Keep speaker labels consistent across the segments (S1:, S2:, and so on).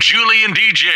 S1: Julie and DJ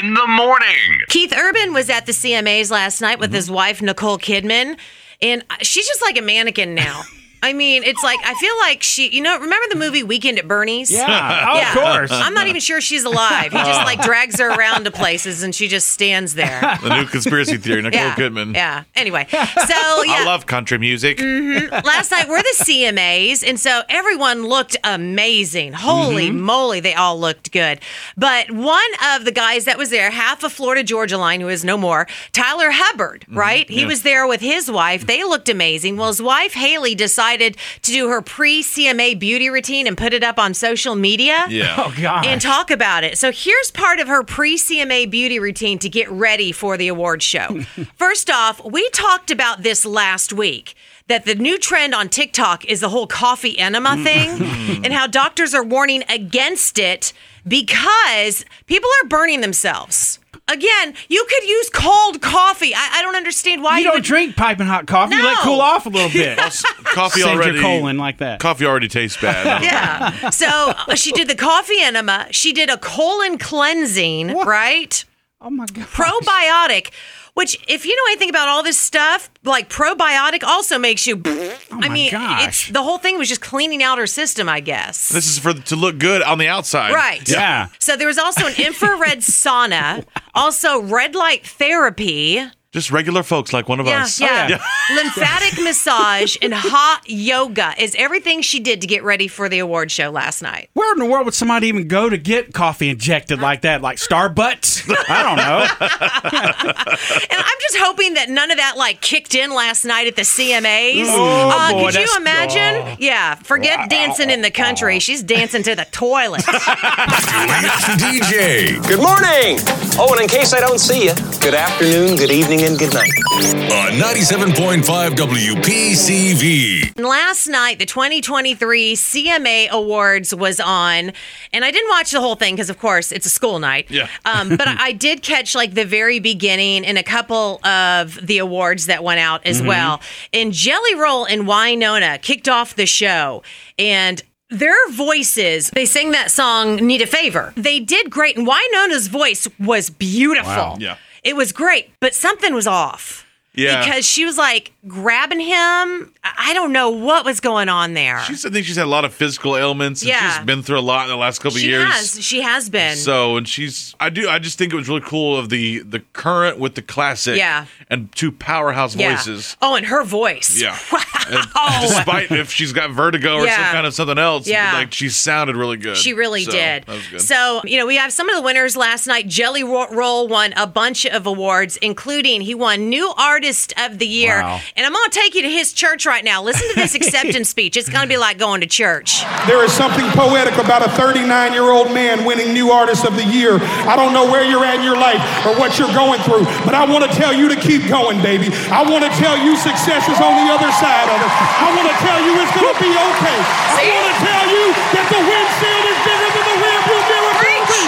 S1: in the morning.
S2: Keith Urban was at the CMAs last night
S3: Mm-hmm.
S2: with his wife Nicole Kidman, and she's just like a mannequin now. I mean, it's like I feel like she. You know, remember the movie Weekend at Bernie's?
S3: Yeah, oh,
S2: Yeah.
S3: of course.
S2: I'm not even sure she's alive. He just like drags her around to places, and she just stands there.
S4: The new conspiracy theory, Nicole
S2: yeah.
S4: Kidman.
S2: Yeah. Anyway, so yeah,
S4: I love country music.
S2: Mm. last night we're the CMAs, and so everyone looked amazing. Holy moly, they all looked good. But one of the guys that was there, half of Florida Georgia Line, who is no more, Tyler Hubbard, right? He was there with his wife. They looked amazing. Well, his wife Haley decided to do her pre-CMA beauty routine and put it up on social media.
S4: Yeah.
S3: Oh God.
S2: And talk about it. So here's part of her pre CMA beauty routine to get ready for the award show. First off, we talked about this last week that the new trend on TikTok is the whole coffee enema
S3: Mm.
S2: thing and how doctors are warning against it because people are burning themselves. Again, you could use cold coffee. I, I don't understand why
S3: you
S2: you,
S3: don't
S2: would
S3: drink piping hot coffee. You let it
S2: No.
S3: cool off a little bit.
S4: coffee
S3: Save
S4: already.
S3: your colon like that.
S4: Coffee already tastes bad.
S2: Yeah. So uh, she did the coffee enema. She did a colon cleansing, right?
S3: oh my God.
S2: probiotic which if you know anything about all this stuff like probiotic also makes you i mean
S3: Oh gosh.
S2: it's the whole thing was just cleaning out her system i guess
S4: This is for to look good on the outside.
S2: right
S3: Yeah.
S2: so there was also an infrared sauna also red light therapy
S4: Just regular folks like one of
S2: yeah,
S4: us. Oh,
S2: yeah.
S3: Oh, yeah.
S2: lymphatic massage and hot yoga is everything she did to get ready for the award show last night
S3: Where in the world would somebody even go to get coffee injected like that? Like Starbucks? I don't know.
S2: And I'm just hoping that none of that like kicked in last night at the CMAs.
S3: Oh,
S2: uh,
S3: boy,
S2: could you
S3: that's-
S2: imagine? Yeah, forget dancing in the country. She's dancing to the toilet.
S1: Julie and DJ
S5: Good morning. Oh, and in case I don't see you, good afternoon, good evening, and good night.
S1: on 97.5 WPCV.
S2: And last night, the 2023 CMA Awards was on, and I didn't watch the whole thing because, of course, it's a school night.
S4: Yeah.
S2: Um, but I did catch like the very beginning and a couple of the awards that went out
S4: Mm-hmm.
S2: as well. And Jelly Roll and Winona kicked off the show, and their voices, they sang that song Need a Favor. They did great, and Winona's voice was beautiful.
S4: Yeah.
S2: It was great, but something was off.
S4: Yeah.
S2: Because she was like grabbing him. I I don't know what was going on there.
S4: She's, I think she's had a lot of physical ailments. And
S2: Yeah.
S4: She's been through a lot in the last couple
S2: she
S4: years.
S2: has. She has been.
S4: So and she's I do I just think it was really cool of the the current with the classic
S2: Yeah.
S4: and two powerhouse
S2: yeah.
S4: voices.
S2: Oh, and her voice.
S4: Yeah. And Despite if she's got vertigo or some
S2: Yeah.
S4: kind of something else,
S2: Yeah.
S4: like she sounded really good.
S2: She really
S4: So,
S2: did.
S4: That was good.
S2: So, you know, we have some of the winners last night. Jelly Ro- Roll won a bunch of awards, including he won New Artist of the Year.
S3: Wow.
S2: And I'm going to take you to his church right now. Listen to this acceptance speech. It's going to be like going to church.
S6: There is something poetic about a 39 year old man winning New Artist of the Year. I don't know where you're at in your life or what you're going through, but I want to tell you to keep going, baby. I want to tell you success is on the other side of it. I want to tell you it's going to be okay. I want to tell you that the windshield is bigger than the rearview mirror. for a reason.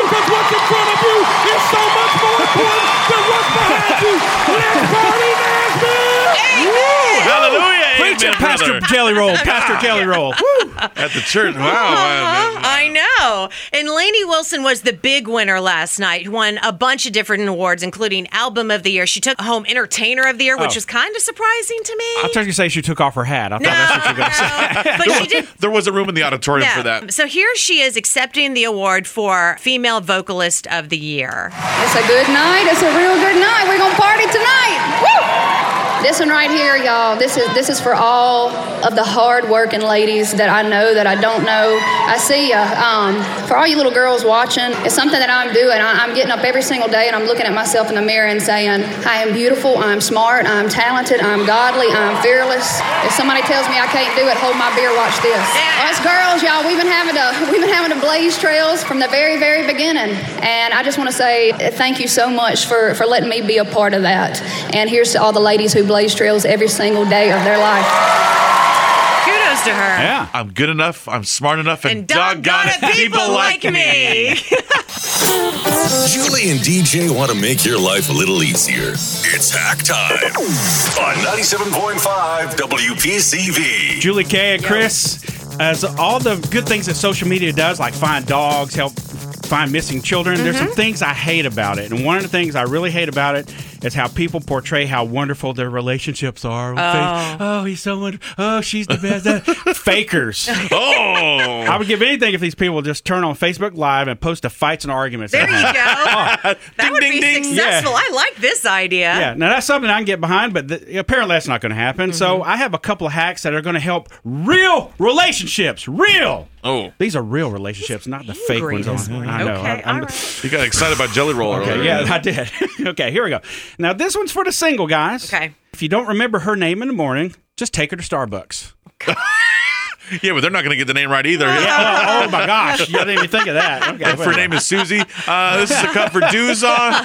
S6: Because what's in front of you is so much more important than what's behind you. Let's party, Nashville!
S4: Hallelujah!
S3: Preach
S4: amen,
S3: it, Pastor
S4: brother.
S3: Jelly Roll. Pastor Jelly Roll. Woo.
S4: at the church.
S3: Oh,
S4: Wow. wow, man.
S2: Uh-huh. I know. And Lainey Wilson was the big winner last night, won a bunch of different awards, including Album of the Year. She took home Entertainer of the Year, which
S3: Oh.
S2: was kind of surprising to me.
S3: I thought you were gonna say she took off her hat. I thought
S2: no,
S3: that's what you were going to say.
S2: no. but she did.
S4: There wasn't room in the auditorium for
S2: Yeah.
S4: that.
S2: So here she is accepting the award for Female Vocalist of the Year.
S7: It's a good night. It's a real good night. We're gonna party tonight. Woo! This one right here, y'all. This is this is for all of the hard-working ladies that I know that I don't know. I see ya. Um, for all you little girls watching, it's something that I'm doing. I, I'm getting up every single day and I'm looking at myself in the mirror and saying, I am beautiful. I'm smart. I'm talented. I'm godly. I'm fearless. If somebody tells me I can't do it, hold my beer. Watch this.
S2: Yeah.
S7: Us girls, y'all, we've been having to we've been having to blaze trails from the very, very beginning. And I just want to say uh, thank you so much for for letting me be a part of that. And here's to all the ladies who blaze trails every single day of their life.
S2: Kudos to her.
S3: Yeah.
S4: I'm good enough. I'm smart enough, and,
S2: And doggone it, people like me.
S1: Julie and DJ want to make your life a little easier. It's hack time on 97.5 WPCV.
S3: Julie K and Chris, as all the good things that social media does, like find dogs, help find missing children. There's
S2: Mm-hmm.
S3: some things I hate about it, and one of the things I really hate about it is how people portray how wonderful their relationships are. with things. oh he's so wonderful. Oh, she's the best. Fakers.
S4: Oh,
S3: I would give anything if these people would just turn on Facebook Live and post the fights and arguments.
S2: There
S3: they
S2: you
S3: have.
S2: go. that would
S4: ding,
S2: be
S4: ding.
S2: successful.
S3: Yeah.
S2: I like this idea.
S3: Yeah, now that's something I can get behind, but th- apparently that's not going to happen. So
S2: Mm-hmm.
S3: I have a couple of hacks that are going to help real relationships. Real.
S4: Oh.
S3: These are real relationships, not the fake
S2: Angry
S3: ones.
S2: this
S3: on-
S2: morning.
S3: I know.
S2: Okay,
S3: I- I'm-
S2: all right.
S4: you got excited about Jelly Roll.
S3: Okay,
S4: earlier.
S3: yeah, I did. okay, here we go. Now this one's for the single guys.
S2: Okay.
S3: If you don't remember her name in the morning, just take her to Starbucks.
S4: yeah, but they're not going to get the name right either.
S3: oh, oh my gosh, you didn't even think of that. Okay,
S4: If her name is Susie, uh, this is a cup for Duzon.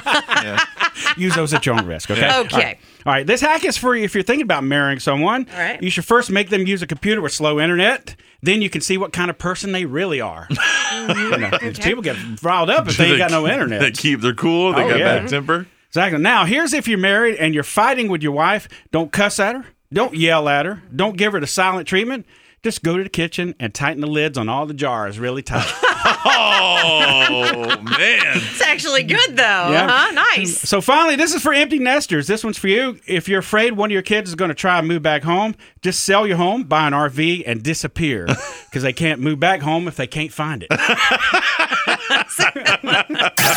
S3: use those at your own risk. Okay.
S2: Okay.
S3: All right. All right, This hack is for you if you're thinking about marrying someone.
S2: All right.
S3: You should first make them use a computer with slow internet. Then you can see what kind of person they really are. You know, People get riled up if they ain't got no internet.
S4: They keep their cool. They
S3: Oh,
S4: got
S3: yeah.
S4: bad temper.
S3: Exactly. Now, here's if you're married and you're fighting with your wife, don't cuss at her, don't yell at her, don't give her the silent treatment. Just go to the kitchen and tighten the lids on all the jars really tight.
S4: Oh man.
S2: It's actually good though.
S3: Yeah.
S2: Huh? Uh-huh, Nice.
S3: so finally, this is for empty nesters. This one's for you. If you're afraid one of your kids is going to try and move back home, just sell your home, buy an RV, and disappear because they can't move back home if they can't find it.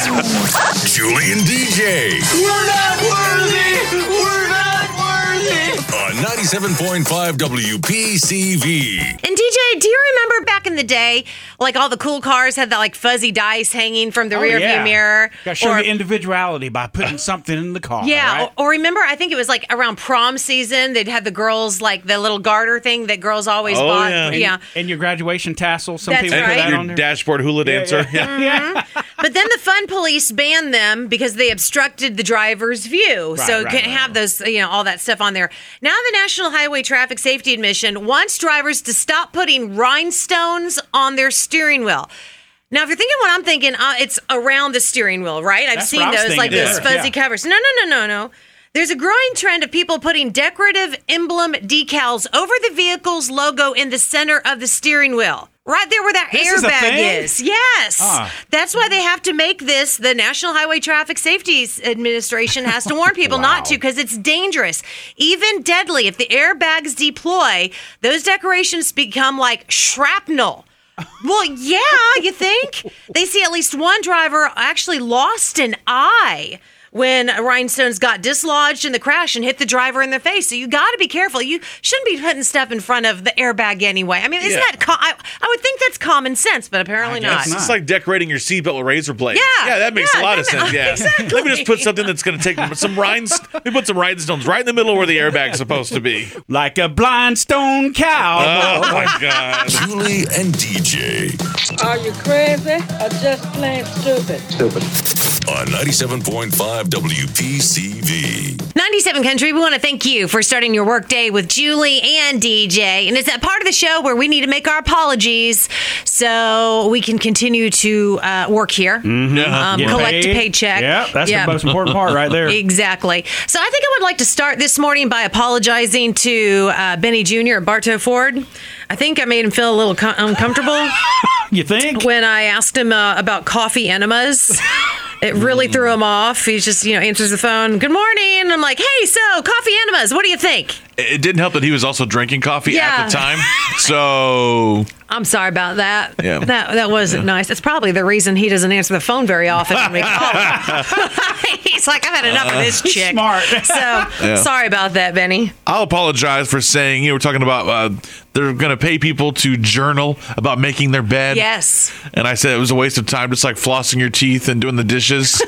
S1: Julian DJ
S8: We're not worthy. We're not worthy.
S1: on 97.5 WPCV.
S2: And DJ, do you remember back in the day, like all the cool cars had that like fuzzy dice hanging from the rearview rear view mirror?
S3: Oh, Got to show
S2: Or-
S3: your individuality by putting something in the car.
S2: yeah,
S3: right?
S2: or, or remember, I think it was like around prom season, they'd have the girls like the little garter thing that girls always
S4: Oh,
S2: bought.
S4: yeah.
S3: and your graduation tassel. Some
S2: That's
S3: people put
S2: right.
S3: that
S4: And
S3: on
S4: your
S3: there.
S4: dashboard hula dancer. Yeah.
S2: But then the fun police banned them because they obstructed the driver's view. so
S3: right,
S2: can't
S3: right,
S2: have those, you know, all that stuff on there. Now the National Highway Traffic Safety Admission wants drivers to stop putting rhinestones on their steering wheel. Now, if you're thinking what I'm thinking, uh, it's around the steering wheel, right? I've
S3: That's what
S2: seen
S3: I was
S2: those, like
S3: thinking,
S2: those
S3: yeah.
S2: fuzzy
S3: Yeah.
S2: covers. No, no, no, no, no. There's a growing trend of people putting decorative emblem decals over the vehicle's logo in the center of the steering wheel, right there where that
S3: This is a
S2: airbag
S3: thing?
S2: is. Yes.
S3: Ah.
S2: That's why they have to make this. The National Highway Traffic Safety Administration has to warn people not to because it's dangerous, even deadly. If the airbags deploy, those decorations become like shrapnel. Well, yeah, you think? They see at least one driver actually lost an eye when rhinestones got dislodged in the crash and hit the driver in the face. So you got to be careful. You shouldn't be putting stuff in front of the airbag anyway. I mean, isn't
S4: Yeah.
S2: that co- I, I would think that's common sense, but apparently
S3: guess
S2: not.
S3: not.
S4: It's like decorating your seatbelt with razor blades.
S2: Yeah,
S4: yeah, that makes
S2: yeah,
S4: a lot of
S2: doesn't
S4: sense.
S2: it?
S4: Yeah,
S2: Exactly.
S4: let me just put something that's going to take some rhinestones. We put some rhinestones right in the middle where the airbag's supposed to be.
S3: like a blind stone cow.
S4: Oh my god.
S1: Julie and DJ
S9: Are you crazy or just plain stupid?
S1: on 97.5 WPCV.
S2: 97 Country, we want to thank you for starting your workday with Julie and DJ. And it's that part of the show where we need to make our apologies so we can continue to uh, work here, um,
S3: Mm-hmm. Yeah.
S2: collect a
S3: Paid.
S2: paycheck.
S3: Yeah, that's
S2: Yeah.
S3: the most important part right there.
S2: Exactly. So I think I would like to start this morning by apologizing to uh, Benny Jr. at Bartow Ford. I think I made him feel a little com- uncomfortable
S3: You think?
S2: when I asked him uh, about coffee enemas. It really threw him off. He's just, you know, answers the phone. Good morning. And I'm like, hey, so coffee enemas. What do you think?
S4: It didn't help that he was also drinking coffee
S2: Yeah.
S4: at the time. So
S2: I'm sorry about that.
S4: Yeah.
S2: That that wasn't nice. It's probably the reason he doesn't answer the phone very often when we call him. He's like, I've had enough of
S4: Uh,
S2: this chick.
S3: Smart.
S2: So sorry about that, Benny.
S4: I'll apologize for saying you know, we're talking about uh, they're going to pay people to journal about making their bed.
S2: Yes.
S4: And I said it was a waste of time, just like flossing your teeth and doing the dishes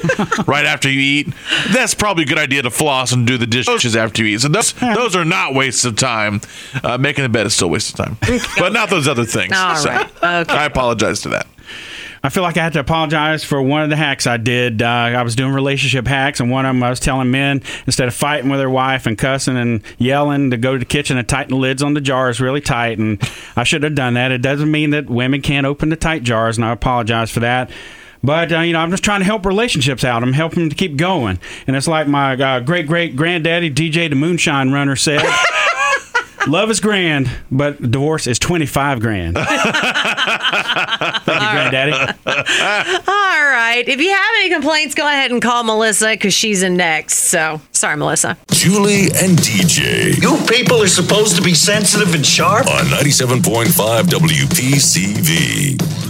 S4: right after you eat. That's probably a good idea to floss and do the dishes after you eat. So those those are not wastes of time. Uh, making the bed is still a waste of time, but not those other things.
S2: All
S4: So
S2: right.
S4: I apologize to that.
S3: I feel like I had to apologize for one of the hacks I did. Uh, I was doing relationship hacks, and one of them I was telling men instead of fighting with their wife and cussing and yelling to go to the kitchen and tighten the lids on the jars really tight. And I should have done that. It doesn't mean that women can't open the tight jars, and I apologize for that. But uh, you know, I'm just trying to help relationships out. I'm helping them to keep going. And it's like my uh, great great granddaddy DJ the Moonshine Runner said. Love is grand, but divorce is twenty five grand. Thank you, granddaddy.
S2: All right. If you have any complaints, go ahead and call Melissa because she's in next. So sorry, Melissa.
S1: Julie and DJ
S5: You people are supposed to be sensitive and sharp.
S1: on 97.5 WPCV.